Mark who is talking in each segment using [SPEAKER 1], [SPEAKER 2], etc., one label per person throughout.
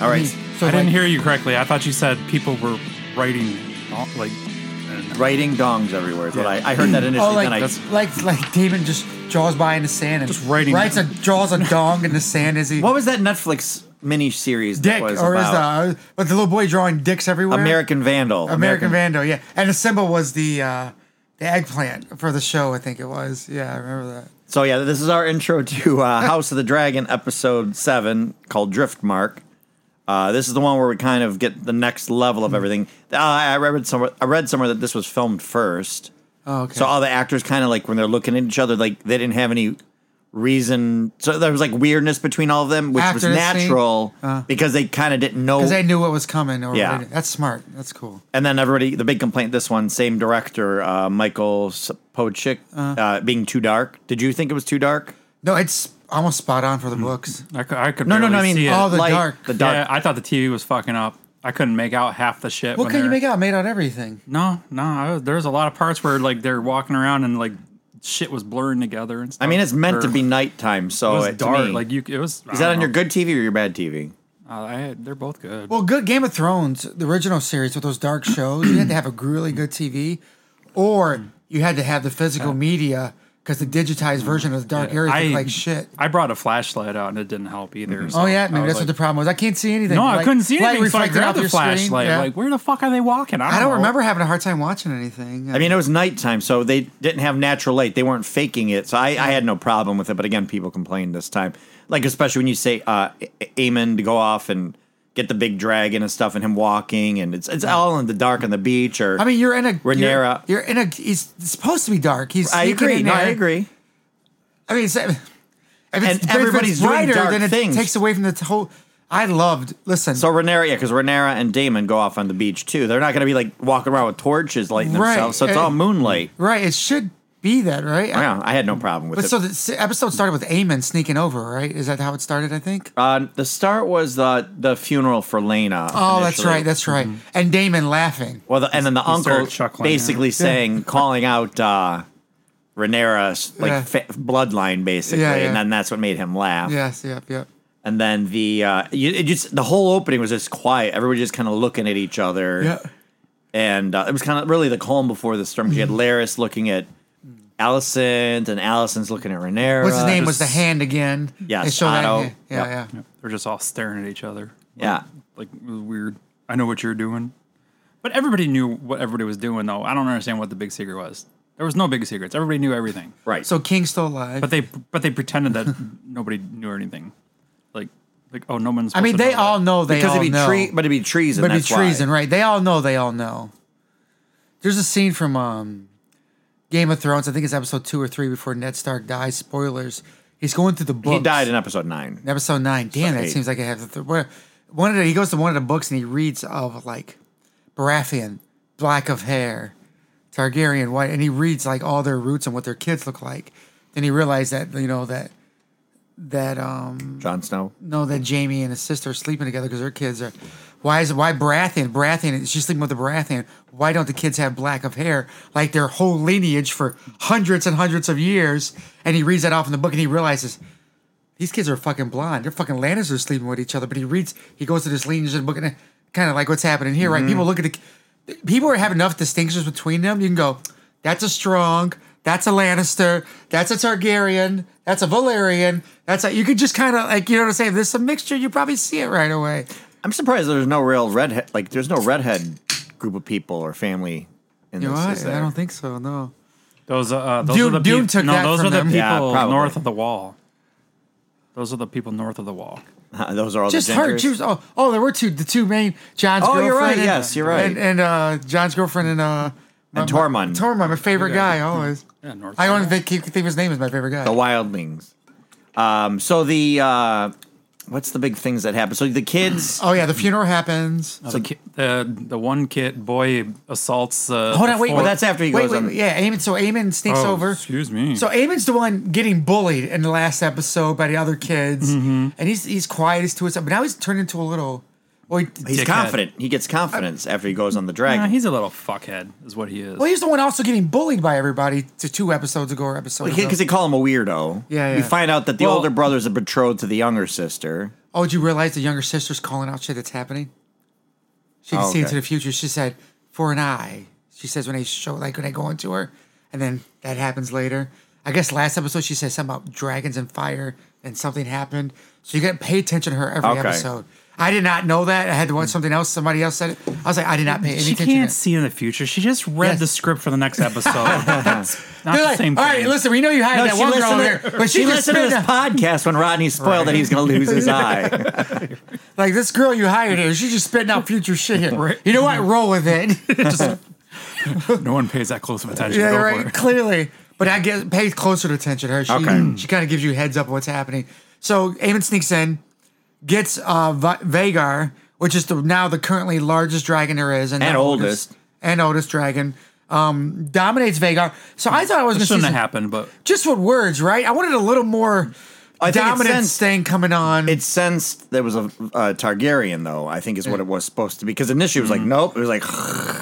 [SPEAKER 1] All right.
[SPEAKER 2] So
[SPEAKER 3] I didn't
[SPEAKER 2] like,
[SPEAKER 3] hear you correctly. I thought you said people were writing all- like
[SPEAKER 1] Writing dongs everywhere is what I, I heard that initially.
[SPEAKER 2] Oh, like,
[SPEAKER 1] then I,
[SPEAKER 3] that's-
[SPEAKER 2] like like Damon just draws by in the sand and
[SPEAKER 3] Just writing-
[SPEAKER 2] writes a draws a dong in the sand as he
[SPEAKER 1] what was that Netflix mini series that
[SPEAKER 2] dick
[SPEAKER 1] was
[SPEAKER 2] or is the
[SPEAKER 1] about
[SPEAKER 2] uh, like the little boy drawing dicks everywhere.
[SPEAKER 1] American Vandal?
[SPEAKER 2] American, Vandal, yeah. And the symbol was the uh, the eggplant for the show, I think it was. Yeah, I remember that.
[SPEAKER 1] So yeah, this is our intro to uh, House of the Dragon, episode seven, called Driftmark. Uh, this is the one where we kind of get the next level
[SPEAKER 2] Hmm.
[SPEAKER 1] of everything. Uh, I read somewhere. I read somewhere that this was filmed first,
[SPEAKER 2] Oh, okay.
[SPEAKER 1] so all the actors kind of like when they're looking at each other, like they didn't have any reason. So there was like weirdness between all of them, which
[SPEAKER 2] After
[SPEAKER 1] was
[SPEAKER 2] the scene?
[SPEAKER 1] natural because they kind of didn't know.
[SPEAKER 2] Uh. because they knew what was coming. Or
[SPEAKER 1] Yeah.
[SPEAKER 2] yeah, that's smart. That's cool.
[SPEAKER 1] and then everybody, the big complaint this one, same director, uh, Michael Sapodchik, uh, being too dark. Did you think it was too dark?
[SPEAKER 2] No, it's almost spot on for the books.
[SPEAKER 3] I, cou- I could
[SPEAKER 1] No, no, no. I
[SPEAKER 3] barely
[SPEAKER 1] mean,
[SPEAKER 3] see it.
[SPEAKER 2] all the
[SPEAKER 1] light,
[SPEAKER 2] dark.
[SPEAKER 1] the dark.
[SPEAKER 3] Yeah, I thought the TV was fucking up. I couldn't make out half the shit.
[SPEAKER 2] What
[SPEAKER 3] when
[SPEAKER 2] can you
[SPEAKER 3] they're-
[SPEAKER 2] make out? Made out everything.
[SPEAKER 3] No, no. I was, there's a lot of parts where like they're walking around and like shit was blurring together and stuff.
[SPEAKER 1] I mean, it's meant to
[SPEAKER 3] Or
[SPEAKER 1] be nighttime,
[SPEAKER 3] It
[SPEAKER 1] so
[SPEAKER 3] was
[SPEAKER 1] it- to
[SPEAKER 3] dark.
[SPEAKER 1] me-
[SPEAKER 3] Like you, it was.
[SPEAKER 1] is that on your good TV or your bad TV?
[SPEAKER 3] Uh, I, they're both good.
[SPEAKER 2] Well, good Game of Thrones, the original series with those dark shows, you had to have a really good TV, or you had to have the physical media because the digitized version of the dark areas
[SPEAKER 3] I-
[SPEAKER 2] looked like shit.
[SPEAKER 3] I brought a flashlight out and it didn't help either.
[SPEAKER 1] Mm-hmm.
[SPEAKER 3] so
[SPEAKER 2] Oh yeah,
[SPEAKER 3] I
[SPEAKER 2] maybe
[SPEAKER 3] was
[SPEAKER 2] that's what the
[SPEAKER 3] like,
[SPEAKER 2] problem was. I can't see anything.
[SPEAKER 3] No, I
[SPEAKER 2] Like,
[SPEAKER 3] couldn't see
[SPEAKER 2] light
[SPEAKER 3] anything. So I
[SPEAKER 2] reflected off
[SPEAKER 3] grabbed the
[SPEAKER 2] your screen,
[SPEAKER 3] flashlight.
[SPEAKER 2] yeah.
[SPEAKER 3] Like, where the fuck are they walking? I don't,
[SPEAKER 2] I don't
[SPEAKER 3] know.
[SPEAKER 2] remember having a hard time watching anything.
[SPEAKER 1] I mean, it was nighttime, so they didn't have natural light. They weren't faking it, so I, I had no problem with it. But again, people complained this time, like especially when you say uh, A- Aemon to go off and get the big dragon and stuff, and him walking, and it's it's all in the dark on the beach, or
[SPEAKER 2] I mean, you're in a
[SPEAKER 1] Rhaenyra.
[SPEAKER 2] You're, you're in a. He's it's supposed to be dark. He's.
[SPEAKER 1] I
[SPEAKER 2] sneaking
[SPEAKER 1] agree.
[SPEAKER 2] in
[SPEAKER 1] No, I
[SPEAKER 2] there.
[SPEAKER 1] agree.
[SPEAKER 2] I mean, it's, if it's,
[SPEAKER 1] And
[SPEAKER 2] if it's
[SPEAKER 1] everybody's doing
[SPEAKER 2] brighter,
[SPEAKER 1] dark
[SPEAKER 2] then it
[SPEAKER 1] things.
[SPEAKER 2] takes away from the whole. I loved. Listen,
[SPEAKER 1] So Renera, yeah, because Renera and Damon go off on the beach too. They're not going to be like walking around with torches lighting
[SPEAKER 2] Right.
[SPEAKER 1] themselves, so it's all
[SPEAKER 2] And-
[SPEAKER 1] moonlight.
[SPEAKER 2] right? It should be that, right?
[SPEAKER 3] Oh,
[SPEAKER 1] Yeah, I had no problem with
[SPEAKER 2] But
[SPEAKER 1] it.
[SPEAKER 2] so the s- episode started with Eamon sneaking over, right? Is that how it started? I think.
[SPEAKER 1] Uh, the start was the the funeral for Lena.
[SPEAKER 2] Oh, that's
[SPEAKER 1] initially. Mm-hmm.
[SPEAKER 2] right. That's right. And Damon laughing.
[SPEAKER 1] well, the, and then the uncle
[SPEAKER 3] started chuckling,
[SPEAKER 1] basically saying, calling out uh, Rhaenyra's like
[SPEAKER 2] Yeah.
[SPEAKER 1] fa- bloodline, basically,
[SPEAKER 2] Yeah, yeah.
[SPEAKER 1] and then that's what made him laugh.
[SPEAKER 2] Yes. Yep. Yep.
[SPEAKER 1] And then the uh, you, it just the whole opening was just quiet. Everybody just kind of looking at each other.
[SPEAKER 2] Yeah.
[SPEAKER 1] and uh, it was kind of really the calm before the storm. She had
[SPEAKER 2] Mm-hmm.
[SPEAKER 1] Laris looking at Alicent, and Alicent's looking at Rhaenyra.
[SPEAKER 2] What's his name? was the
[SPEAKER 1] uh, Just-
[SPEAKER 2] hand again?
[SPEAKER 1] Yes,
[SPEAKER 2] They show that
[SPEAKER 1] Otto.
[SPEAKER 2] hand. Yeah.
[SPEAKER 1] Yep.
[SPEAKER 2] Yeah.
[SPEAKER 3] They're just all staring at each other.
[SPEAKER 1] Yeah.
[SPEAKER 3] Like it was weird. I know what you're doing. But everybody knew what everybody was doing though. I don't understand what the big secret was. There was no big secrets. Everybody knew everything.
[SPEAKER 1] Right.
[SPEAKER 2] So King's still alive.
[SPEAKER 3] But they but they pretended that nobody knew anything. Like like oh no one's
[SPEAKER 2] I mean,
[SPEAKER 3] supposed to
[SPEAKER 2] they
[SPEAKER 3] know
[SPEAKER 2] all
[SPEAKER 3] that.
[SPEAKER 2] know they
[SPEAKER 1] because
[SPEAKER 2] all
[SPEAKER 1] it'd be
[SPEAKER 2] know.
[SPEAKER 1] tre- but it'd be treason.
[SPEAKER 2] but it'd be
[SPEAKER 1] that's why.
[SPEAKER 2] treason, right? They all know. They all know. There's a scene from um, Game of Thrones. I think it's episode two or three before Ned Stark dies. Spoilers. He's going through the books.
[SPEAKER 1] He died in episode nine.
[SPEAKER 2] in episode nine. Damn, that
[SPEAKER 1] eight.
[SPEAKER 2] seems like it has. Th- where- one of the, he goes to one of the books and he reads of like Baratheon, black of hair, Targaryen, white, and he reads like all their roots and what their kids look like. Then he realized that you know that that um
[SPEAKER 1] Jon Snow.
[SPEAKER 2] know that Jamie and his sister are sleeping together because their kids are. Why is why Baratheon? Baratheon, she's sleeping with the Baratheon. Why don't the kids have black of hair like their whole lineage for hundreds and hundreds of years? And he reads that off in the book and he realizes these kids are fucking blonde. They're fucking Lannisters sleeping with each other. But he reads, he goes to this lineage of the book and kind of like what's happening here, right? People look at the people are having enough distinctions between them. You can go, that's a strong. That's a Lannister. That's a Targaryen. That's a Valerian. That's a, you could just kind of like, you know what I'm saying? There's some mixture. You probably see it right away.
[SPEAKER 1] I'm surprised there's no real redhead. Like there's no redhead group of people or family. In
[SPEAKER 2] You know
[SPEAKER 1] this,
[SPEAKER 2] what?
[SPEAKER 1] is
[SPEAKER 2] I
[SPEAKER 1] there?
[SPEAKER 2] don't think so. No.
[SPEAKER 3] Those uh, those
[SPEAKER 2] Dune-
[SPEAKER 3] are the
[SPEAKER 2] Dune
[SPEAKER 3] peop-
[SPEAKER 2] took
[SPEAKER 3] no,
[SPEAKER 2] that
[SPEAKER 3] those
[SPEAKER 2] from
[SPEAKER 3] are the
[SPEAKER 2] them.
[SPEAKER 3] people
[SPEAKER 1] Yeah, probably.
[SPEAKER 3] north of the wall. Those are the people north of the wall.
[SPEAKER 1] Those are all
[SPEAKER 2] Just
[SPEAKER 1] the
[SPEAKER 2] her.
[SPEAKER 1] gingers.
[SPEAKER 2] She was, oh, oh, there were two. The two main John's
[SPEAKER 1] Oh,
[SPEAKER 2] girlfriend.
[SPEAKER 1] you're right.
[SPEAKER 2] and-
[SPEAKER 1] Yes, you're right.
[SPEAKER 2] And, and uh, John's girlfriend and uh, my-
[SPEAKER 1] And Tormund.
[SPEAKER 2] My, Tormund, my favorite guy always.
[SPEAKER 3] Yeah, North
[SPEAKER 2] I only
[SPEAKER 3] Side.
[SPEAKER 2] think, keep, think of his name is my favorite guy.
[SPEAKER 1] the wildlings. Um. So the uh, what's the big things that happen? So the kids.
[SPEAKER 2] Oh yeah, the funeral happens.
[SPEAKER 3] the, ki- the the one kid boy assaults. Uh,
[SPEAKER 2] Hold
[SPEAKER 3] the
[SPEAKER 2] on, wait.
[SPEAKER 3] four-
[SPEAKER 1] Well, that's after he
[SPEAKER 2] wait,
[SPEAKER 1] goes
[SPEAKER 2] wait,
[SPEAKER 1] on.
[SPEAKER 2] wait, yeah, Eamon. So Eamon sneaks
[SPEAKER 3] Oh,
[SPEAKER 2] over.
[SPEAKER 3] excuse me.
[SPEAKER 2] So Eamon's the one getting bullied in the last episode by the other kids,
[SPEAKER 3] Mm-hmm.
[SPEAKER 2] and he's he's quiet as to himself. But now he's turned into a little. Well, he,
[SPEAKER 1] He's
[SPEAKER 3] Dickhead.
[SPEAKER 1] confident. He gets confidence after he goes on the dragon.
[SPEAKER 3] Nah, he's a little fuckhead, is what he is.
[SPEAKER 2] well, he's the one also getting bullied by everybody to two episodes ago or episode.
[SPEAKER 1] because
[SPEAKER 2] ago.
[SPEAKER 1] they call him a weirdo.
[SPEAKER 2] Yeah,
[SPEAKER 1] We
[SPEAKER 2] yeah.
[SPEAKER 1] find out that the
[SPEAKER 3] Well-
[SPEAKER 1] older brother's a betrothed to the younger sister.
[SPEAKER 2] Oh, did you realize the younger sister's calling out shit that's happening? She can
[SPEAKER 1] Oh,
[SPEAKER 2] see
[SPEAKER 1] okay.
[SPEAKER 2] into the future. She said, "For an eye." She says when they show, like when they go into her, and then that happens later. I guess last episode she said something about dragons and fire, and something happened. So you got to pay attention to her every
[SPEAKER 1] Okay. Hmm.
[SPEAKER 2] episode. I did not know that. I had to watch something else. Somebody else said it. I was like, I did not pay any
[SPEAKER 3] She
[SPEAKER 2] attention.
[SPEAKER 3] can't
[SPEAKER 2] to it.
[SPEAKER 3] see in the future. She just read
[SPEAKER 2] Yes.
[SPEAKER 3] the script for the next episode. That's not
[SPEAKER 2] They're
[SPEAKER 3] the
[SPEAKER 2] like,
[SPEAKER 3] same
[SPEAKER 2] All
[SPEAKER 3] thing.
[SPEAKER 2] right, listen, we know you hired
[SPEAKER 1] No,
[SPEAKER 2] that
[SPEAKER 1] she
[SPEAKER 2] one girl over
[SPEAKER 1] listened,
[SPEAKER 2] there,
[SPEAKER 1] to,
[SPEAKER 2] but she,
[SPEAKER 1] she
[SPEAKER 2] just
[SPEAKER 1] listened to
[SPEAKER 2] spit
[SPEAKER 1] this
[SPEAKER 2] out-
[SPEAKER 1] podcast when Rodney spoiled that he was going to lose his eye.
[SPEAKER 2] Like this girl you hired here, she's just spitting out future shit here.
[SPEAKER 3] Right.
[SPEAKER 2] You know what? Roll with it.
[SPEAKER 3] No one pays that close of attention.
[SPEAKER 2] yeah,
[SPEAKER 3] Go for
[SPEAKER 2] right.
[SPEAKER 3] it.
[SPEAKER 2] Clearly, but I get pay closer attention to her. She,
[SPEAKER 1] Okay.
[SPEAKER 2] she kind of gives you a heads up of what's happening. So Aemon sneaks in, gets uh, Va- Vagar, which is the, now the currently largest dragon there is, and,
[SPEAKER 1] And
[SPEAKER 2] the
[SPEAKER 1] oldest.
[SPEAKER 2] and oldest dragon. Um, dominates Vagar. So I thought I was going
[SPEAKER 3] It
[SPEAKER 2] to see
[SPEAKER 3] shouldn't
[SPEAKER 2] some,
[SPEAKER 3] have happened, but
[SPEAKER 2] just with words, right? I wanted a little more
[SPEAKER 1] I think it
[SPEAKER 2] dominance
[SPEAKER 1] sensed-
[SPEAKER 2] thing coming on.
[SPEAKER 1] It sensed there was a, a Targaryen, though, I think is what it was supposed to be. Because initially it was like,
[SPEAKER 2] Mm-hmm.
[SPEAKER 1] nope. It was like,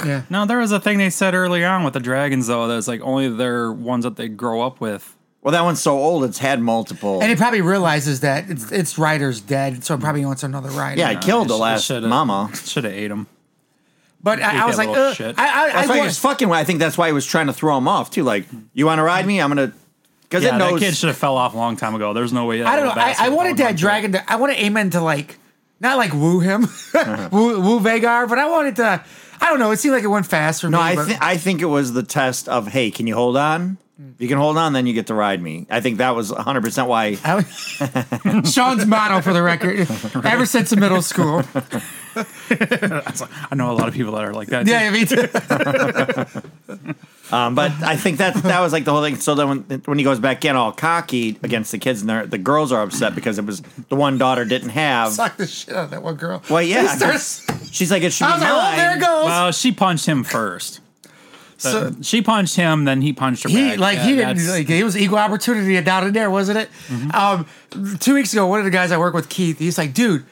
[SPEAKER 2] yeah.
[SPEAKER 3] no, there was a thing they said early on with the dragons, though. That's like only they're ones that they grow up with.
[SPEAKER 1] well, that one's so old, it's had multiple.
[SPEAKER 2] And he probably realizes that it's, it's Ryder's dead, so it probably wants another Ryder.
[SPEAKER 3] uh,
[SPEAKER 1] yeah, it killed the last mama.
[SPEAKER 3] Should have ate them.
[SPEAKER 2] but I, I
[SPEAKER 3] that
[SPEAKER 2] was like,
[SPEAKER 3] little
[SPEAKER 2] Ugh.
[SPEAKER 3] shit.
[SPEAKER 2] I, I,
[SPEAKER 1] That's
[SPEAKER 2] I,
[SPEAKER 1] why he
[SPEAKER 2] wa-
[SPEAKER 1] was fucking. with- I think that's why he was trying to throw him off too. Like, you want to ride me? I'm gonna. Because
[SPEAKER 3] Yeah,
[SPEAKER 1] it
[SPEAKER 3] that
[SPEAKER 1] knows.
[SPEAKER 3] kid should have fell off a long time ago. There's no way. that
[SPEAKER 2] I don't know.
[SPEAKER 3] little
[SPEAKER 2] I, I
[SPEAKER 3] bastard
[SPEAKER 2] wanted
[SPEAKER 3] would have
[SPEAKER 2] that dragon to. I wanted Amen to like, not like woo him, woo, woo Vagar, but I wanted to. I don't know. It seemed like it went fast for
[SPEAKER 1] no,
[SPEAKER 2] me.
[SPEAKER 1] I
[SPEAKER 2] but-
[SPEAKER 1] think I think it was the test of hey, can you hold on?
[SPEAKER 2] Mm.
[SPEAKER 1] If you can hold on, then you get to ride me. I think that was 100 percent why.
[SPEAKER 2] I would- Sean's motto for the record, ever since the middle school.
[SPEAKER 3] I know a lot of people that are like that.
[SPEAKER 2] Yeah, me too.
[SPEAKER 1] Um, but I think that that was like the whole thing. So then when when he goes back in all cocky against the kids, and they're- the girls are upset because it was the one daughter didn't have.
[SPEAKER 2] Suck the shit out of that one girl.
[SPEAKER 1] Well, yeah,
[SPEAKER 2] He starts-
[SPEAKER 1] She's like, it should
[SPEAKER 2] I
[SPEAKER 1] be
[SPEAKER 2] was like, oh,
[SPEAKER 1] mine.
[SPEAKER 2] there it goes.
[SPEAKER 3] Well, she punched him first.
[SPEAKER 2] So-
[SPEAKER 3] she punched him, then he punched her.
[SPEAKER 2] He
[SPEAKER 3] back.
[SPEAKER 2] like
[SPEAKER 3] Yeah,
[SPEAKER 2] he didn't
[SPEAKER 3] that's- Mm-hmm.
[SPEAKER 2] like it was equal opportunity down in there, wasn't it? Um, two weeks ago, one of the guys I work with, Keith, he's like, dude,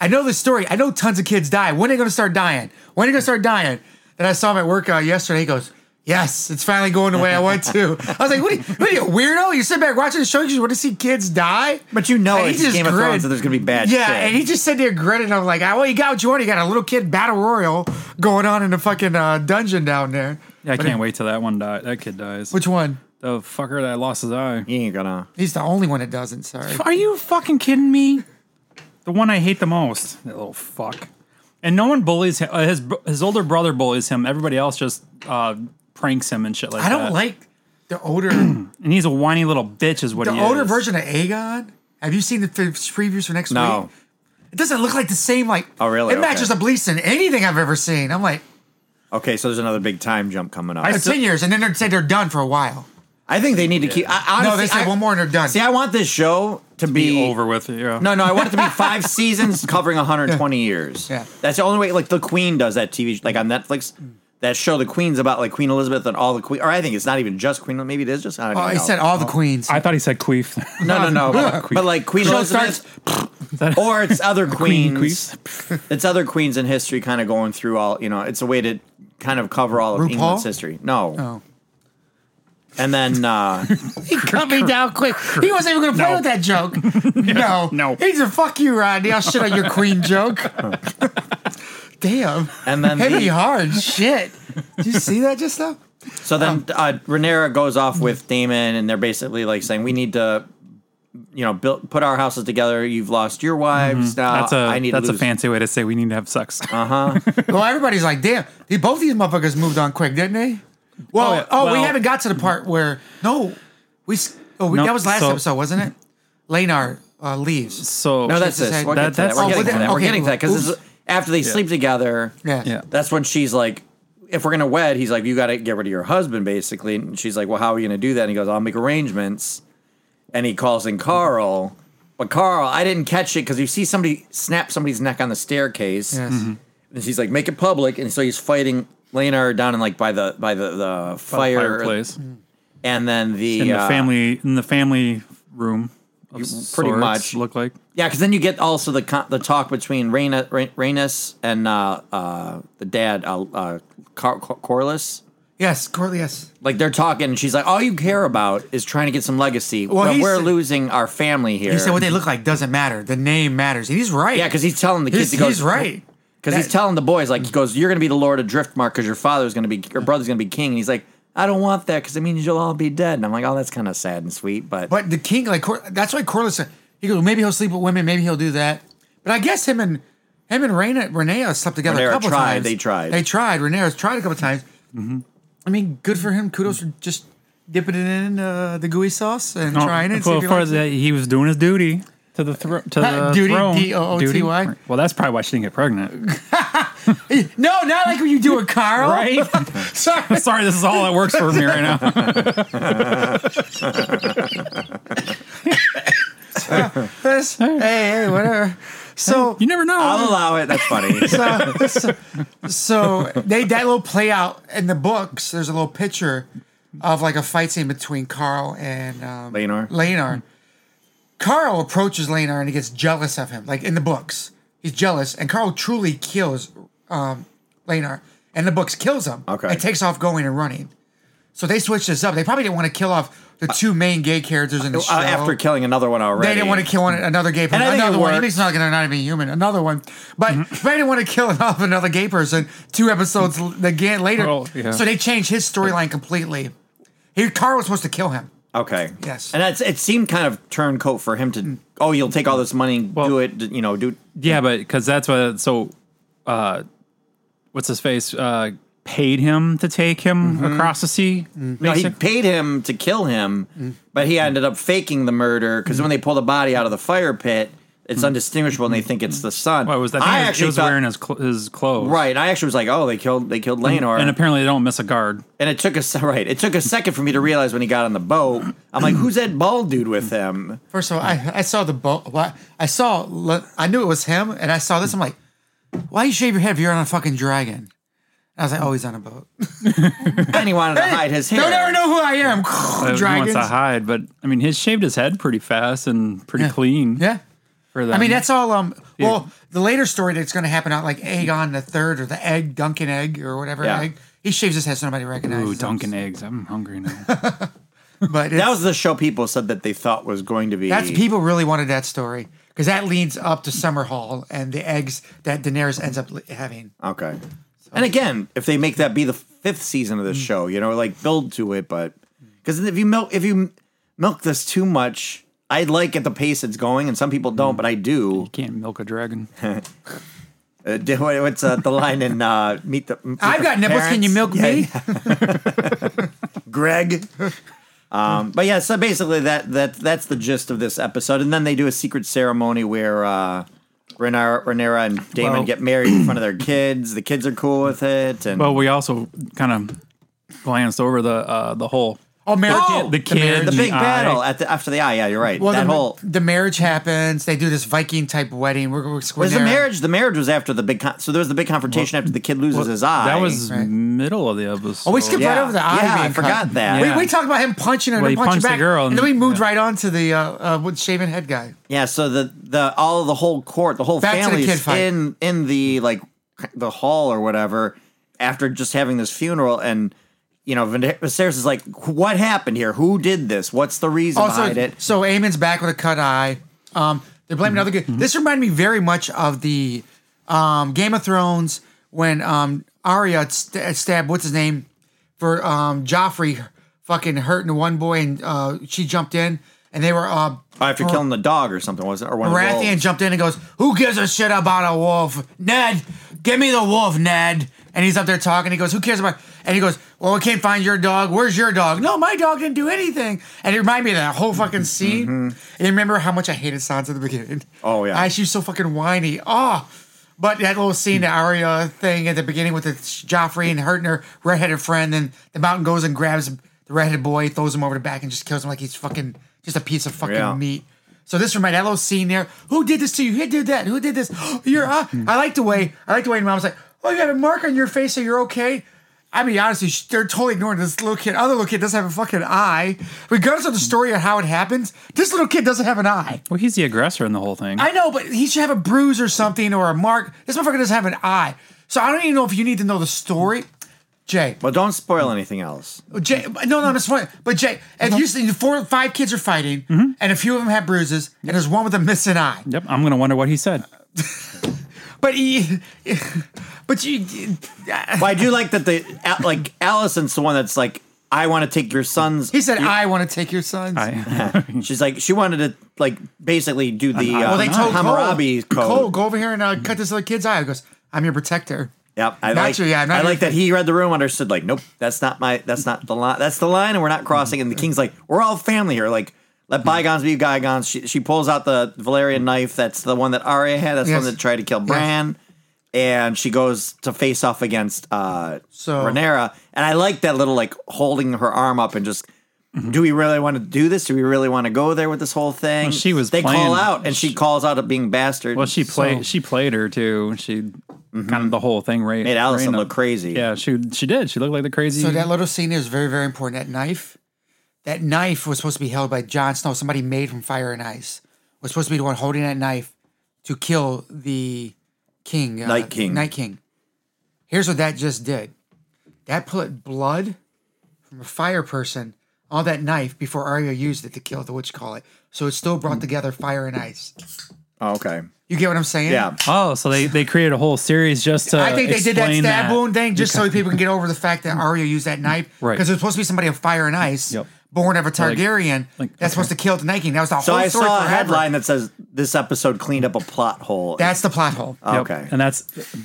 [SPEAKER 2] I know this story. I know tons of kids die. When are they gonna start dying? When are they gonna start dying? And I saw him at work uh, yesterday. He goes, yes, it's finally going the way I want to. I was like, what are you, what are you a weirdo? You sit back watching the show because you want to see kids die?
[SPEAKER 1] But you know,
[SPEAKER 2] And he
[SPEAKER 1] it's
[SPEAKER 2] just
[SPEAKER 1] Game of
[SPEAKER 2] grinned.
[SPEAKER 1] Thrones, so there's gonna be bad.
[SPEAKER 2] Yeah,
[SPEAKER 1] shit.
[SPEAKER 2] and he just said there grinning. I'm like, ah, well, you got what you want. You got a little kid battle royal going on in the fucking uh, dungeon down there.
[SPEAKER 3] Yeah, I can't wait till that one die. That kid dies.
[SPEAKER 2] Which one?
[SPEAKER 3] the fucker that lost his eye.
[SPEAKER 1] he ain't gonna.
[SPEAKER 2] He's the only one that doesn't. Sorry.
[SPEAKER 3] Are you fucking kidding me? The one I hate the most. That little fuck. And no one bullies him. Uh, his br- his older brother bullies him. Everybody else just uh, pranks him and shit like
[SPEAKER 2] I
[SPEAKER 3] that.
[SPEAKER 2] don't like the older the
[SPEAKER 3] And he's a whiny little bitch, is what he
[SPEAKER 2] older
[SPEAKER 3] is.
[SPEAKER 2] version of Aegon. Have you seen the f- previews for next
[SPEAKER 1] No.
[SPEAKER 2] week? It doesn't look like the same. Like
[SPEAKER 1] Oh, really?
[SPEAKER 2] It matches
[SPEAKER 1] Okay.
[SPEAKER 2] up least in anything I've ever seen. I'm like
[SPEAKER 1] Okay, so there's another big time jump coming up.
[SPEAKER 2] uh,
[SPEAKER 1] I,
[SPEAKER 2] ten years, and then they say they're done for a while.
[SPEAKER 1] think they need to keep. I, honestly,
[SPEAKER 2] no, they say
[SPEAKER 1] I-
[SPEAKER 2] one more and they're done.
[SPEAKER 1] See, I want this show to, be,
[SPEAKER 3] Be over with. Yeah.
[SPEAKER 1] No, no, I want it to be five seasons covering 120 years.
[SPEAKER 2] Yeah. Mm.
[SPEAKER 1] that's the only way. Like the Queen does that TV, like on Netflix. That show, the Queen's about like Queen Elizabeth and all the Queen. Or I think it's not even just Queen. Maybe it is just. I don't
[SPEAKER 2] oh,
[SPEAKER 1] even
[SPEAKER 2] he
[SPEAKER 1] know.
[SPEAKER 2] said all the queens.
[SPEAKER 3] I thought he said queef.
[SPEAKER 1] no, no, no. but, but, like Queen
[SPEAKER 2] Show
[SPEAKER 1] Elizabeth,
[SPEAKER 3] that-
[SPEAKER 1] or it's other
[SPEAKER 3] Queen
[SPEAKER 1] queens. it's other queens in history, kind of going through all. You know, it's a way to kind of cover all of
[SPEAKER 2] RuPaul?
[SPEAKER 1] England's history. No.
[SPEAKER 2] Oh.
[SPEAKER 1] And then. uh
[SPEAKER 2] He cut me down quick. He wasn't even going to play
[SPEAKER 3] No.
[SPEAKER 2] with that joke. no,
[SPEAKER 3] No.
[SPEAKER 2] He's a fuck you, Rodney. I'll shit on your queen joke. Damn.
[SPEAKER 1] And then
[SPEAKER 2] hit
[SPEAKER 1] the-
[SPEAKER 2] me hard. Shit. Did you see that just now?
[SPEAKER 1] So then
[SPEAKER 3] Oh.
[SPEAKER 1] uh, Renera goes off with Damon, and they're basically like saying, "We need to, you know, build, put our houses together. You've lost your wives now.
[SPEAKER 3] Mm-hmm. That's a
[SPEAKER 1] Uh, I need
[SPEAKER 3] that's
[SPEAKER 1] to
[SPEAKER 3] a
[SPEAKER 1] lose- Uh-huh.
[SPEAKER 3] fancy way to say we need to have sex.
[SPEAKER 2] Well, everybody's like, damn, they, both these motherfuckers moved on quick, didn't they? Well, oh,
[SPEAKER 3] Oh,
[SPEAKER 2] we
[SPEAKER 3] well-
[SPEAKER 2] haven't got to the part where no, we s- oh we,
[SPEAKER 3] No,
[SPEAKER 2] that was last
[SPEAKER 3] so-
[SPEAKER 2] episode, wasn't it? Lanar uh, leaves.
[SPEAKER 3] So
[SPEAKER 1] No, Oh, that's
[SPEAKER 2] Just to
[SPEAKER 1] this.
[SPEAKER 2] say-
[SPEAKER 1] We'll
[SPEAKER 3] That-
[SPEAKER 1] get to that.
[SPEAKER 3] that's-
[SPEAKER 1] We're
[SPEAKER 3] Oh,
[SPEAKER 1] getting
[SPEAKER 3] but
[SPEAKER 1] to
[SPEAKER 2] that-
[SPEAKER 1] that. We're
[SPEAKER 2] okay,
[SPEAKER 1] getting to that because
[SPEAKER 2] oops.
[SPEAKER 1] after they sleep together,
[SPEAKER 2] Yeah.
[SPEAKER 3] Yeah.
[SPEAKER 1] that's when she's like." If we're gonna wed, he's like, you got to get rid of your husband, basically. And she's like, well, how are you gonna do that? And he goes, I'll make arrangements. And he calls in Carl, but Carl, I didn't catch it because you see somebody snap somebody's neck on the staircase.
[SPEAKER 2] Yes.
[SPEAKER 3] Mm-hmm.
[SPEAKER 1] And she's like, make it public. And so he's fighting Lanar down in like by the by the, the fire
[SPEAKER 3] fireplace
[SPEAKER 1] And then the,
[SPEAKER 3] in
[SPEAKER 1] uh,
[SPEAKER 3] the family in the family room. of
[SPEAKER 1] pretty
[SPEAKER 3] sorts,
[SPEAKER 1] much.
[SPEAKER 3] look like
[SPEAKER 1] Yeah, because then you get also the con- the talk between Rhaena- Rha- Rhaenys and uh, uh, the dad, uh, uh, Cor- Cor- Corlys.
[SPEAKER 2] Yes, Corley. Yes.
[SPEAKER 1] Like they're talking, and she's like, "All you care about is trying to get some legacy.
[SPEAKER 2] Well,
[SPEAKER 1] but
[SPEAKER 2] he
[SPEAKER 1] we're
[SPEAKER 2] said-
[SPEAKER 1] losing our family here."
[SPEAKER 2] He said what they look like doesn't matter. The name matters. And he's right.
[SPEAKER 1] yeah, because he's telling the kids.
[SPEAKER 2] he's,
[SPEAKER 1] he goes
[SPEAKER 2] he's right.
[SPEAKER 1] because he's
[SPEAKER 2] That-
[SPEAKER 1] telling the boys like he goes, "You're going to be the Lord of Driftmark because your father's going to be your brother's going to be king." And he's like, "I don't want that because it means you'll all be dead." And I'm like, "Oh, that's kind of sad and sweet, but,
[SPEAKER 2] But the king, like Cor- that's why Corliss. said- He goes, maybe he'll sleep with women, maybe he'll do that. But I guess him and him and Reyna, Renea slept together
[SPEAKER 1] Rhaenyra
[SPEAKER 2] a couple
[SPEAKER 1] tried,
[SPEAKER 2] times.
[SPEAKER 1] they tried. Mm-hmm.
[SPEAKER 2] They tried. Renea's tried a couple times. I mean, good for him. Kudos for just dipping it in uh, the gooey sauce and
[SPEAKER 3] No,
[SPEAKER 2] trying it. and see
[SPEAKER 3] well,
[SPEAKER 2] if he
[SPEAKER 3] Oh, for
[SPEAKER 2] likes it.
[SPEAKER 3] that, he was doing his duty to the, thro- to the
[SPEAKER 2] Duty,
[SPEAKER 3] throne.
[SPEAKER 2] D-O-O-T-Y.
[SPEAKER 3] Duty. Well, that's probably why she didn't get pregnant,
[SPEAKER 2] No, not like what you do with Carl.
[SPEAKER 3] right?
[SPEAKER 2] Sorry.
[SPEAKER 3] Sorry, this is all that works for me right now.
[SPEAKER 2] That's- hey, hey, whatever. So
[SPEAKER 3] You never know.
[SPEAKER 1] I'll allow it. That's funny."
[SPEAKER 2] so, so, so they that little play out in the books. There's a little picture of like a fight scene between Carl and um,
[SPEAKER 1] Laenar.
[SPEAKER 2] Laenar. Carl approaches Lanar and he gets jealous of him. Like in the books, he's jealous, and Carl truly kills um, Lanar. And the books kills him.
[SPEAKER 1] Okay.
[SPEAKER 2] and takes off going and running. So they switched this up. They probably didn't want to kill off the two main gay characters in the
[SPEAKER 1] Uh,
[SPEAKER 2] show.
[SPEAKER 1] after killing another one already,
[SPEAKER 2] They didn't want to kill one, another gay person.
[SPEAKER 1] I think it
[SPEAKER 2] Another one. He
[SPEAKER 1] worked.
[SPEAKER 2] makes not gonna not even human. Another one, but they didn't want to kill off another gay person. Two episodes l- again later,
[SPEAKER 3] Well, yeah.
[SPEAKER 2] so they changed his storyline completely. He Carl was supposed to kill him.
[SPEAKER 1] Okay.
[SPEAKER 2] Yes.
[SPEAKER 1] And that's, it seemed kind of turncoat for him to, oh, you'll take all this money and
[SPEAKER 3] Well-
[SPEAKER 1] do it, you know, do.
[SPEAKER 3] Yeah, but because that's what. So, uh, what's his face? Uh, paid him to take him
[SPEAKER 2] Mm-hmm.
[SPEAKER 3] across the sea.
[SPEAKER 1] No, he
[SPEAKER 3] basic-
[SPEAKER 1] paid him to kill him, but he ended up faking the murder because when they pull the body out of the fire pit, it's undistinguishable and they think it's the son.
[SPEAKER 3] What Oh, was that? I, think he was wearing his cl- his clothes,
[SPEAKER 1] Right, I actually was like, "Oh, they killed, they killed Lanor,"
[SPEAKER 3] And apparently, they don't miss a guard.
[SPEAKER 1] and it took a se- right. It took a second for me to realize when he got on the boat. I'm like, "Who's that bald dude with him?"
[SPEAKER 2] First of all, I, I saw the boat. Well, I saw. Le- I knew it was him, and I saw this. I'm like, why you shave your head if you're on a fucking dragon? And I was like, oh, he's on a boat.
[SPEAKER 1] And he wanted to hide his hair.
[SPEAKER 2] Don't ever know who I am.
[SPEAKER 3] Everyone wants
[SPEAKER 2] Dragons.
[SPEAKER 3] to hide, but I mean, his shaved his head pretty fast and pretty clean.
[SPEAKER 2] Yeah.
[SPEAKER 3] for them.
[SPEAKER 2] I mean, that's all. Um, well, the later story that's going to happen out, like Aegon the Third or the Egg Duncan Egg or whatever
[SPEAKER 1] Yeah.
[SPEAKER 2] egg. He shaves his head so nobody recognizes.
[SPEAKER 3] Ooh,
[SPEAKER 2] him.
[SPEAKER 3] Dunkin' eggs. I'm hungry now.
[SPEAKER 2] But it's,
[SPEAKER 1] That was the show people said that they thought was going to be.
[SPEAKER 2] that's people really wanted that story because that leads up to Summerhall and the eggs that Daenerys ends up li- having.
[SPEAKER 1] Okay. And again, if they make that be the fifth season of this show, you know, like build to it, but because if you milk if you milk this too much, I like at the pace it's going, and some people don't, but I do.
[SPEAKER 3] Can't milk a dragon.
[SPEAKER 1] Uh, do- what- what's uh, the line in uh, Meet the? Meet
[SPEAKER 2] I've
[SPEAKER 1] the
[SPEAKER 2] got nipples. Can you
[SPEAKER 1] Parents?
[SPEAKER 2] milk
[SPEAKER 1] Yeah,
[SPEAKER 2] me?
[SPEAKER 1] yeah. Greg? Um, but yeah, so basically that that that's the gist of this episode, and then they do a secret ceremony where. Uh, Renera, Renera and Damon
[SPEAKER 3] Well-
[SPEAKER 1] get married in front of their kids. The kids are cool with it, and
[SPEAKER 3] Well, we also kind of glanced over the uh, the whole
[SPEAKER 2] Oh, marriage.
[SPEAKER 1] Oh,
[SPEAKER 3] the kid,
[SPEAKER 1] the big
[SPEAKER 3] eye.
[SPEAKER 1] battle at the, after the eye. Yeah, you're right.
[SPEAKER 2] Well,
[SPEAKER 1] that
[SPEAKER 2] the,
[SPEAKER 1] whole
[SPEAKER 2] the marriage happens. They do this Viking type wedding. We're, we're
[SPEAKER 1] was the marriage. The marriage was after the big. Con- so there was the big confrontation after the kid loses his eye.
[SPEAKER 3] That was
[SPEAKER 2] Right.
[SPEAKER 3] middle of the episode.
[SPEAKER 2] Oh, we skipped right
[SPEAKER 1] Yeah.
[SPEAKER 2] over the eye.
[SPEAKER 1] Yeah, I
[SPEAKER 2] being cut.
[SPEAKER 1] forgot that.
[SPEAKER 2] We,
[SPEAKER 3] Yeah.
[SPEAKER 2] we talked about him punching her
[SPEAKER 3] Well,
[SPEAKER 2] and
[SPEAKER 3] he
[SPEAKER 2] punching
[SPEAKER 3] punched the
[SPEAKER 2] back,
[SPEAKER 3] girl
[SPEAKER 2] and then we
[SPEAKER 3] and-
[SPEAKER 2] moved
[SPEAKER 3] yeah.
[SPEAKER 2] right on to the uh, uh, with shaven head guy.
[SPEAKER 1] yeah. So the the all the whole court, the whole
[SPEAKER 2] Back to the
[SPEAKER 1] family
[SPEAKER 2] kid fight.
[SPEAKER 1] in in the like the hall or whatever after just having this funeral and. You know, Vende- Viserys is like, "What happened here? Who did this? What's the reason behind it?"
[SPEAKER 2] So Eamon's back with a cut eye. Um, they're blaming other. Good. This reminded me very much of the um, Game of Thrones when um, Arya st- stabbed what's his name for um, Joffrey, fucking hurting one boy, and uh, she jumped in, and they were uh,
[SPEAKER 1] Oh, after killing the dog or something, was it? Or one of the
[SPEAKER 2] Baratheon
[SPEAKER 1] wolves?
[SPEAKER 2] jumped in and goes, "Who gives a shit about a wolf, Ned? Give me the wolf, Ned." And he's up there talking. He goes, "Who cares about?" And he goes, "Well, we can't find your dog. Where's your dog? No, my dog didn't do anything." And it reminded me of that whole fucking scene. And you remember how much I hated Sansa at the beginning.
[SPEAKER 1] Mm-hmm. Oh, yeah.
[SPEAKER 2] I, she was so fucking whiny. Oh. But that little scene, the Arya thing at the beginning with the Joffrey and hurting her redheaded friend, then the mountain goes and grabs the redheaded boy, throws him over the back, and just kills him like he's fucking just a piece of fucking
[SPEAKER 1] Yeah.
[SPEAKER 2] meat. So this reminded that little scene there. Who did this to you? Who did that? Who did this? You're. Uh, I like the way. I like the way. Mom's like, oh, you got a mark on your face, so you're okay. I mean, honestly, sh- they're totally ignoring this little kid. Other little kid doesn't have a fucking eye. Regardless of the story and how it happens, this little kid doesn't have an eye.
[SPEAKER 3] Well, he's the aggressor in the whole thing.
[SPEAKER 2] I know, but he should have a bruise or something or a mark. This motherfucker doesn't have an eye. So I don't even know if you need to know the story. Jay.
[SPEAKER 1] Well, don't spoil anything else.
[SPEAKER 2] Jay, no, no, that's fine. But Jay, if you see four, five kids are fighting,
[SPEAKER 1] Mm-hmm.
[SPEAKER 2] and a few of them have bruises, and there's one with a missing eye.
[SPEAKER 3] Yep, I'm gonna wonder what he said.
[SPEAKER 2] But he, but you,
[SPEAKER 1] But I do like that the Al- like Allison's the one that's like, I want to take your son's.
[SPEAKER 2] he said, "I want to take your sons."
[SPEAKER 3] I,
[SPEAKER 1] She's like, she wanted to like basically do the uh,
[SPEAKER 2] well, they told
[SPEAKER 1] Hammurabi
[SPEAKER 2] Cole,
[SPEAKER 1] code.
[SPEAKER 2] Cole, go over here and uh, cut this little kid's eye. He goes, "I'm your protector."
[SPEAKER 1] Yep, I
[SPEAKER 2] Not
[SPEAKER 1] like.
[SPEAKER 2] your- yeah, not
[SPEAKER 1] I
[SPEAKER 2] your
[SPEAKER 1] like that he read the room, understood. Like, nope, that's not my. That's not the line. That's the line, and we're not crossing. And the king's like, we're all family here. Like,
[SPEAKER 2] Hmm.
[SPEAKER 1] let bygones be bygones. She, she pulls out the Valerian knife. That's the one that Arya had. That's the one
[SPEAKER 2] Yes.
[SPEAKER 1] that tried to kill Bran. And she goes to face off against uh,
[SPEAKER 2] So-
[SPEAKER 1] Rhaenyra. And I like that little like holding her arm up and just. Do we really want to do this? Do we really want to go there with this whole thing?
[SPEAKER 3] she was
[SPEAKER 1] They
[SPEAKER 3] playing-
[SPEAKER 1] call out, and she calls out at being bastard.
[SPEAKER 3] well, she played. she played her too. She kind of the whole thing. Right,
[SPEAKER 1] Mm-hmm. made Allison look crazy.
[SPEAKER 3] Yeah, she she did. She looked like the crazy.
[SPEAKER 2] So that little scene is very, very important. That knife, that knife was supposed to be held by Jon Snow. Somebody made from fire and ice was supposed to be the one holding that knife to kill the king, uh,
[SPEAKER 1] Night King.
[SPEAKER 2] Night King. Here's what that just did. That put blood from a fire person on that knife before Arya used it to kill the witch call it. So it still
[SPEAKER 1] Hmm.
[SPEAKER 2] brought together fire and ice.
[SPEAKER 1] Oh, okay.
[SPEAKER 2] You get what I'm saying?
[SPEAKER 1] Yeah.
[SPEAKER 3] oh, so they they created a whole series just to.
[SPEAKER 2] I think they did that
[SPEAKER 3] Uh, explain
[SPEAKER 2] stab wound thing just so people can get over the fact that Arya used that knife.
[SPEAKER 3] Right.
[SPEAKER 2] Because it was supposed to be somebody of fire and ice,
[SPEAKER 3] Yep.
[SPEAKER 2] born of a
[SPEAKER 3] Like-
[SPEAKER 2] Targaryen,
[SPEAKER 3] like,
[SPEAKER 2] that's supposed to kill the Night King. That was the
[SPEAKER 1] So
[SPEAKER 2] whole
[SPEAKER 1] I
[SPEAKER 2] story.
[SPEAKER 1] saw a
[SPEAKER 2] forever.
[SPEAKER 1] headline that says this episode cleaned up a plot hole.
[SPEAKER 2] That's the plot hole.
[SPEAKER 1] Oh,
[SPEAKER 3] Yep.
[SPEAKER 1] okay.
[SPEAKER 3] and that's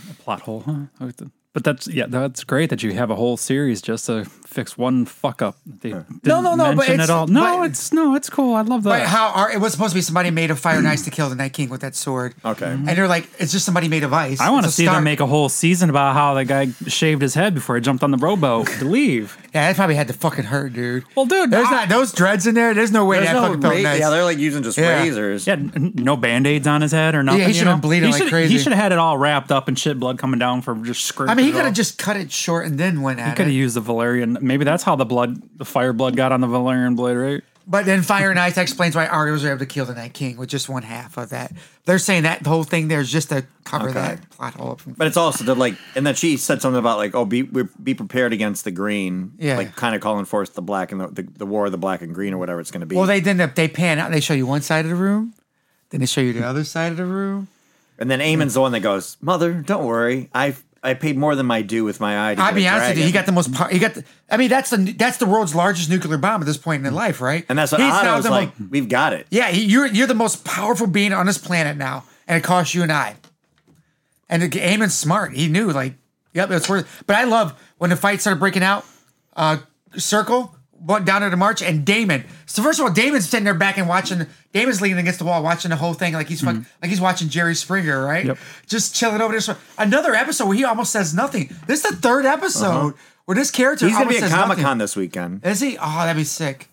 [SPEAKER 3] a plot hole. Huh? But that's yeah, that's great that you have a whole series just to fix one fuck up. They didn't
[SPEAKER 2] No, no, no, but
[SPEAKER 3] mention
[SPEAKER 2] it's-
[SPEAKER 3] it all. No,
[SPEAKER 2] but-
[SPEAKER 3] it's no, it's cool. I love that.
[SPEAKER 2] But how are it was supposed to be somebody made of fire and ice to kill the Night King with that sword.
[SPEAKER 1] Okay.
[SPEAKER 2] And they're like, it's just somebody made of ice.
[SPEAKER 3] I want to see
[SPEAKER 2] them
[SPEAKER 3] them make a whole season about how the guy shaved his head before he jumped on the rowboat to leave.
[SPEAKER 2] Yeah, that probably had to fucking hurt, dude.
[SPEAKER 3] Well, dude,
[SPEAKER 2] there's
[SPEAKER 3] I-
[SPEAKER 2] not those dreads in there. There's no way
[SPEAKER 1] There's
[SPEAKER 2] that
[SPEAKER 1] no
[SPEAKER 2] fucking felt
[SPEAKER 1] ra-
[SPEAKER 2] nice.
[SPEAKER 1] Yeah, they're like using just
[SPEAKER 2] Yeah.
[SPEAKER 1] razors.
[SPEAKER 3] Yeah, n- no band aids on his head or nothing.
[SPEAKER 2] he
[SPEAKER 3] you
[SPEAKER 2] should've
[SPEAKER 3] know?
[SPEAKER 2] been bleeding
[SPEAKER 3] He
[SPEAKER 2] like
[SPEAKER 3] should've-
[SPEAKER 2] crazy.
[SPEAKER 3] He should have had it all wrapped up and shit, blood coming down from just scraping.
[SPEAKER 2] I mean, he
[SPEAKER 3] it
[SPEAKER 2] could have
[SPEAKER 3] off.
[SPEAKER 2] just cut it short and then went at
[SPEAKER 3] could have
[SPEAKER 2] it.
[SPEAKER 3] used the Valerian. Maybe that's how the blood, the fire blood, got on the Valerian blade, right?
[SPEAKER 2] But then Fire and Ice explains why Arya was able to kill the Night King with just one half of that. They're saying that the whole thing there is just to cover that plot hole. Up.
[SPEAKER 1] But it's also to like, and then she said something about like, oh, be we be prepared against the green.
[SPEAKER 2] Yeah.
[SPEAKER 1] Like, kind of calling forth the black and the, the, the war of the black and green or whatever it's going to be.
[SPEAKER 2] Well, they then they pan out and they show you one side of the room, then they show
[SPEAKER 1] Hmm.
[SPEAKER 2] you the other side of the room.
[SPEAKER 1] and then Aemon's the one that goes, "Mother, don't worry, I I paid more than my due with my eye." To
[SPEAKER 2] I'll
[SPEAKER 1] get
[SPEAKER 2] be
[SPEAKER 1] a
[SPEAKER 2] honest with you,
[SPEAKER 1] dragon."
[SPEAKER 2] he got the most. Power, he got. The, I mean, that's the that's the world's largest nuclear bomb at this point in their life, right?
[SPEAKER 1] Hmm. and that's what
[SPEAKER 2] He's now
[SPEAKER 1] Otto's
[SPEAKER 2] the
[SPEAKER 1] like.
[SPEAKER 2] mo-
[SPEAKER 1] We've got it.
[SPEAKER 2] yeah, he, you're you're the most powerful being on this planet now, and it costs you an eye. And the- Eamon's smart. He knew, like, yep, it's worth. But I love when the fight started breaking out. Uh, circle went down to the march, and Damon. So first of all, Damon's sitting there back and watching. Damon's leaning against the wall, watching the whole thing, like he's fucking,
[SPEAKER 1] Mm-hmm.
[SPEAKER 2] like he's watching Jerry Springer, right?
[SPEAKER 3] Yep.
[SPEAKER 2] Just chilling over there. So Another episode where he almost says nothing. This is the third episode where this character
[SPEAKER 1] Uh-huh. He's going to be
[SPEAKER 2] almost
[SPEAKER 1] at
[SPEAKER 2] says
[SPEAKER 1] Comic
[SPEAKER 2] nothing.
[SPEAKER 1] Con this weekend.
[SPEAKER 2] Is he? Oh, that'd be sick.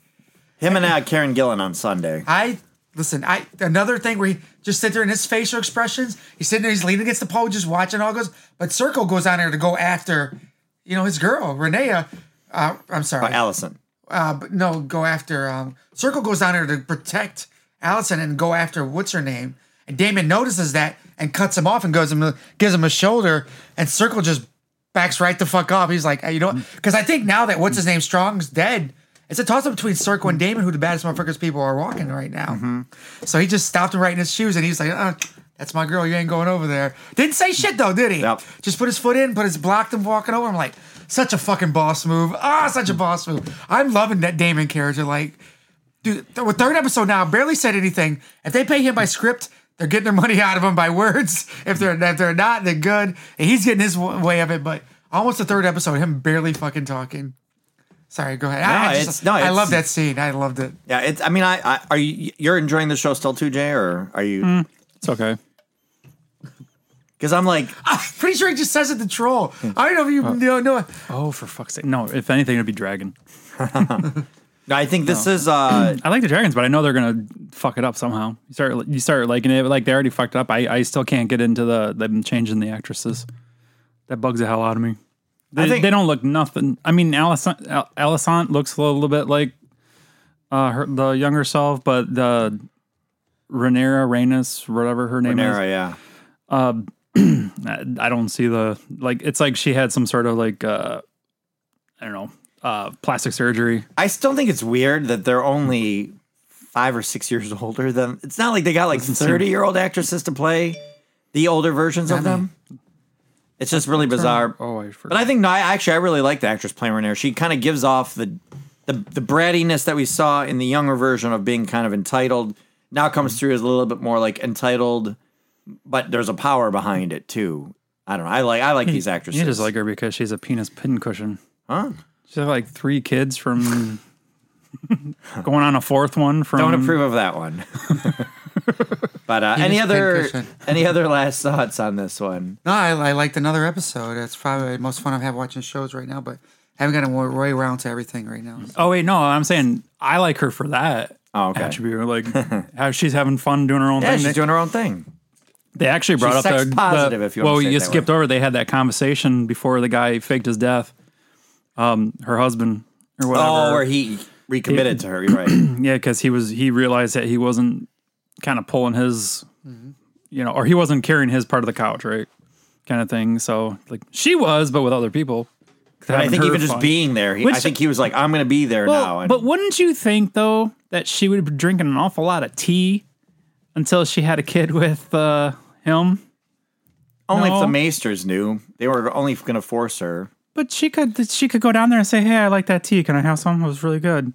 [SPEAKER 1] Him and uh, Karen Gillan on Sunday.
[SPEAKER 2] I listen. I another thing where he just sit there in his facial expressions. He's sitting there. He's leaning against the pole, just watching all goes. But Circle goes on there to go after, you know, his girl Renea. Uh, I'm sorry.
[SPEAKER 1] Allison.
[SPEAKER 2] Uh, but no, go after. Um, Circle goes down there to protect Allison and go after what's her name. And Damon notices that and cuts him off and goes him gives him a shoulder. And Circle just backs right the fuck up. He's like, hey, you know, because I think now that what's his name Strong's dead, it's a toss up between Circle and Damon, who the baddest motherfuckers people are walking right now. So he just stopped him right in his shoes and he's like, uh that's my girl. You ain't going over there. Didn't say shit though, did he?
[SPEAKER 1] Nope.
[SPEAKER 2] Just put his foot in, put his blocked him walking over. I'm like, such a fucking boss move. Ah, such a boss move. I'm loving that Damon character. Like, dude, th- with third episode now, barely said anything. If they pay him by script, they're getting their money out of him by words. If they're if they're not, they're good. And he's getting his w- way of it. But almost the third episode, him barely fucking talking. Sorry, go ahead. I, I,
[SPEAKER 1] No,
[SPEAKER 2] just-
[SPEAKER 1] it's- no,
[SPEAKER 2] I
[SPEAKER 1] it's-
[SPEAKER 2] love that scene. I loved it.
[SPEAKER 1] Yeah, it's. I mean, I, I are you you're enjoying the show still too, Jay, or are you?
[SPEAKER 3] It's okay.
[SPEAKER 1] Because I'm like,
[SPEAKER 2] I'm pretty sure he just says it to troll.
[SPEAKER 3] Hmm.
[SPEAKER 2] I don't know if you know. know it.
[SPEAKER 3] Oh, for fuck's sake! No, if anything, it'd be dragon.
[SPEAKER 1] No, I think this is uh
[SPEAKER 3] I like the dragons, but I know they're gonna fuck it up somehow. You start you start liking it, like they already fucked it up. I, I still can't get into the them changing the actresses. That bugs the hell out of me. They,
[SPEAKER 1] think-
[SPEAKER 3] they don't look nothing. I mean, Alison Al- Alicent looks a little bit like uh, her, the younger self, but the Rhaenyra, Rhaenys, whatever her name
[SPEAKER 1] Nera, yeah.
[SPEAKER 3] is, I, I don't see the like. It's like she had some sort of like uh, I don't know, uh, plastic surgery.
[SPEAKER 1] I still think it's weird that they're only five or six years older than. It's not like they got like thirty year old actresses to play the older versions of them. It's just really bizarre.
[SPEAKER 3] Oh, I forgot.
[SPEAKER 1] But I think no, I actually I really like the actress playing Renee. She kind of gives off the, the the brattiness that we saw in the younger version of being kind of entitled. Now comes through as a little bit more like entitled, but there's a power behind it too. I don't know. I like I like these actresses.
[SPEAKER 3] You just like her because she's a penis pincushion. Huh? She's got like three kids from going on a fourth one from.
[SPEAKER 1] Don't approve of that one. but uh, any
[SPEAKER 2] just
[SPEAKER 1] other
[SPEAKER 2] pincushion.
[SPEAKER 1] any other last thoughts on this one?
[SPEAKER 2] No, I, I liked another episode. That's probably the most fun I've had watching shows right now, but I haven't gotten way around to everything right now.
[SPEAKER 3] Oh wait, no, I'm saying I like her for that.
[SPEAKER 1] Oh, okay.
[SPEAKER 3] Attribute like how she's having fun doing her own
[SPEAKER 1] Yeah,
[SPEAKER 3] thing.
[SPEAKER 1] she's
[SPEAKER 3] they,
[SPEAKER 1] doing her own thing.
[SPEAKER 3] they actually brought
[SPEAKER 1] She's
[SPEAKER 3] up
[SPEAKER 1] sex
[SPEAKER 3] the, the-
[SPEAKER 1] positive, if you wanna
[SPEAKER 3] well,
[SPEAKER 1] say it
[SPEAKER 3] you
[SPEAKER 1] that way.
[SPEAKER 3] skipped over. They had that conversation before the guy faked his death. Um, her husband or whatever.
[SPEAKER 1] Oh, where he recommitted to her. You're right.
[SPEAKER 3] Yeah, because he was he realized that he wasn't kind of pulling his,
[SPEAKER 2] Mm-hmm.
[SPEAKER 3] you know, or he wasn't carrying his part of the couch, right? Kind of thing. So like she was, but with other people.
[SPEAKER 1] But I think even just being there, he, I
[SPEAKER 3] Which-
[SPEAKER 1] think he was like, "I'm going to be there
[SPEAKER 3] Well,
[SPEAKER 1] now." And
[SPEAKER 3] but wouldn't you think though that she would be drinking an awful lot of tea until she had a kid with uh, him?
[SPEAKER 1] only if
[SPEAKER 3] no.
[SPEAKER 1] the Maesters knew they were only going to force her.
[SPEAKER 3] But she could she could go down there and say, "Hey, I like that tea. Can I have some? It was really good."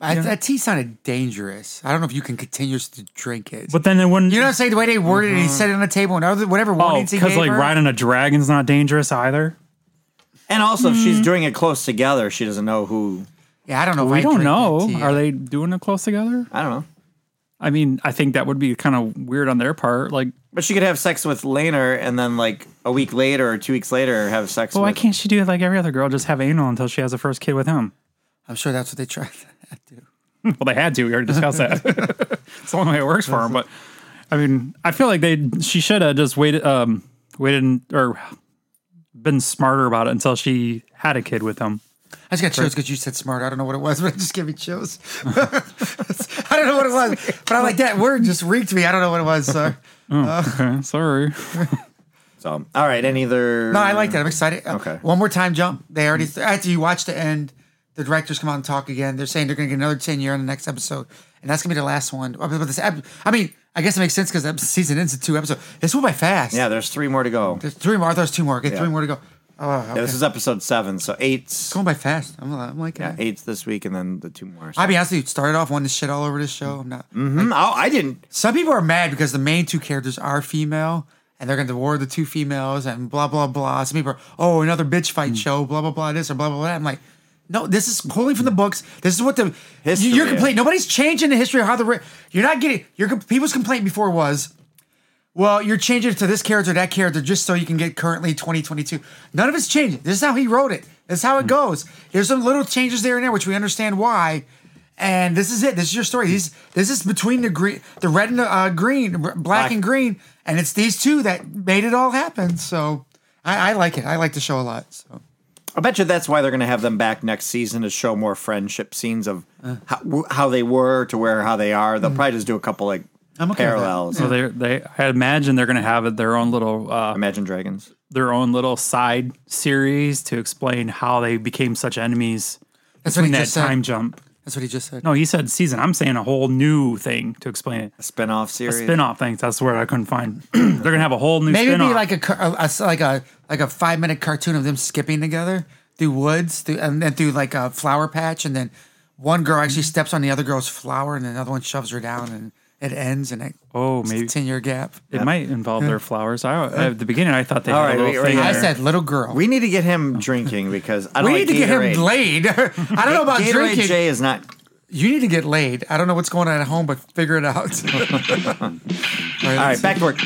[SPEAKER 2] I, That tea sounded dangerous. I don't know if you can continue to drink it.
[SPEAKER 3] But then it wouldn't.
[SPEAKER 2] you know what I'm saying? The way they worded it, he said it on the table and other, whatever
[SPEAKER 3] oh,
[SPEAKER 2] warnings he
[SPEAKER 3] because
[SPEAKER 2] gave
[SPEAKER 3] like
[SPEAKER 2] her.
[SPEAKER 3] riding a dragon's not dangerous either.
[SPEAKER 1] And also, if
[SPEAKER 2] Hmm.
[SPEAKER 1] she's doing it close together, she doesn't know who.
[SPEAKER 2] yeah, I don't know. if
[SPEAKER 3] We
[SPEAKER 2] I
[SPEAKER 3] don't
[SPEAKER 2] drink that
[SPEAKER 3] know.
[SPEAKER 2] tea.
[SPEAKER 3] Are they doing it close together?
[SPEAKER 1] I don't know.
[SPEAKER 3] I mean, I think that would be kind of weird on their part. Like,
[SPEAKER 1] But she could have sex with Laner, and then like a week later or two weeks later, have sex.
[SPEAKER 3] well, why
[SPEAKER 1] with,
[SPEAKER 3] can't she do it like every other girl? Just have anal until she has the first kid with him.
[SPEAKER 2] I'm sure that's what they tried to do.
[SPEAKER 3] Well, they had to. We already discussed that. it's the only way it works for them. But I mean, I feel like they she should have just waited, um, waited and- or been smarter about it until she had a kid with him.
[SPEAKER 2] I just got chills because you said smart. I don't know what it was, but it just gave me chills. I don't know what it was, but I'm like, that word just reeked me. I don't know what it was. So.
[SPEAKER 3] Okay, sorry.
[SPEAKER 1] So, all right. Any other?
[SPEAKER 2] No, I like that. I'm excited. Uh,
[SPEAKER 1] Okay.
[SPEAKER 2] One more time jump. They already after you watch the end, the directors come out and talk again. They're saying they're going to get another ten year on the next episode, and that's going to be the last one. Uh, but this ep- I mean, I guess it makes sense because the season ends in two episodes. This went by fast.
[SPEAKER 1] Yeah, there's three more to go.
[SPEAKER 2] There's three more. There's two more. Okay, three more to go. Oh, okay.
[SPEAKER 1] Yeah, this is episode seven, so eight,
[SPEAKER 2] going by fast. I'm, I'm like,
[SPEAKER 1] yeah, eight this week, and then the two more.
[SPEAKER 2] I'll be honest with you. Started off wanting to shit all over this show. I'm not.
[SPEAKER 1] Mhm. Oh, I didn't.
[SPEAKER 2] Some people are mad because the main two characters are female and they're going to war the two females and blah, blah, blah. Some people are, oh, another bitch fight show, blah, blah, blah, this or blah, blah, blah. I'm like, no, this is pulling from the books. This is what the
[SPEAKER 1] History
[SPEAKER 2] You're
[SPEAKER 1] is.
[SPEAKER 2] complaining. Nobody's changing the history of how the ra- you're not getting your com- people's complaint before was, well, you're changing it to this character, that character, just so you can get currently 2022. None of it's changing. This is how he wrote it. This is how
[SPEAKER 3] Hmm.
[SPEAKER 2] it goes. There's some little changes there and there, which we understand why. And this is it. This is your story. These this is between the green, the red and the uh, green, r- black, and green, and it's these two that made it all happen. So I, I like it. I like the show a lot. So
[SPEAKER 1] I bet you that's why they're going to have them back next season to show more friendship scenes of
[SPEAKER 2] Uh.
[SPEAKER 1] how, w- how they were to where how they are. They'll probably just do a couple like
[SPEAKER 2] Mm. I'm okay with that.
[SPEAKER 1] parallels.
[SPEAKER 3] So they they I imagine they're gonna have it their own little uh,
[SPEAKER 1] Imagine Dragons.
[SPEAKER 3] their own little side series to explain how they became such enemies
[SPEAKER 2] that's what he
[SPEAKER 3] in that
[SPEAKER 2] just said.
[SPEAKER 3] time jump.
[SPEAKER 2] That's what he just said.
[SPEAKER 3] No, he said season. I'm saying a whole new thing to explain it.
[SPEAKER 1] A spin-off series.
[SPEAKER 3] Spin-off things. That's the word I couldn't find. They're gonna have a whole new
[SPEAKER 2] Maybe it'd
[SPEAKER 3] spin-off.
[SPEAKER 2] be like a, car- a- a s- like a like a five minute cartoon of them skipping together through woods, through, and then through like a flower patch, and then one girl actually steps on the other girl's flower, and another one shoves her down, and it ends, and it
[SPEAKER 3] oh, maybe
[SPEAKER 2] ten year gap.
[SPEAKER 3] it might involve their flowers. I, at the beginning, I thought they
[SPEAKER 1] All
[SPEAKER 3] had
[SPEAKER 1] right,
[SPEAKER 3] a
[SPEAKER 1] we-
[SPEAKER 3] little
[SPEAKER 1] we-
[SPEAKER 3] thing.
[SPEAKER 1] I
[SPEAKER 2] I
[SPEAKER 3] there.
[SPEAKER 2] said little girl. We,
[SPEAKER 1] we need to get him drinking because I don't. like
[SPEAKER 2] need to get
[SPEAKER 1] Gatorade.
[SPEAKER 2] him laid. I don't know about
[SPEAKER 1] Gatorade
[SPEAKER 2] drinking.
[SPEAKER 1] J is not.
[SPEAKER 2] You need to get laid. I don't know what's going on at home, but figure it out. All
[SPEAKER 1] All right, back to work.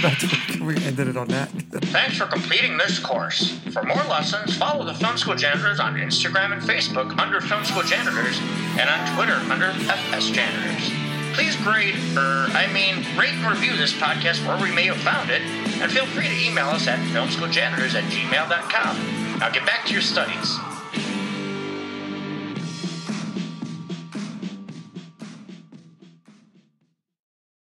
[SPEAKER 2] We ended it on that.
[SPEAKER 4] Thanks for completing this course. For more lessons, follow the Film School Janitors on Instagram and Facebook under Film School Janitors and on Twitter under FS Janitors. Please grade, er, I mean, rate and review this podcast where we may have found it, and feel free to email us at filmschooljanitors at gmail.com. Now get back to your studies.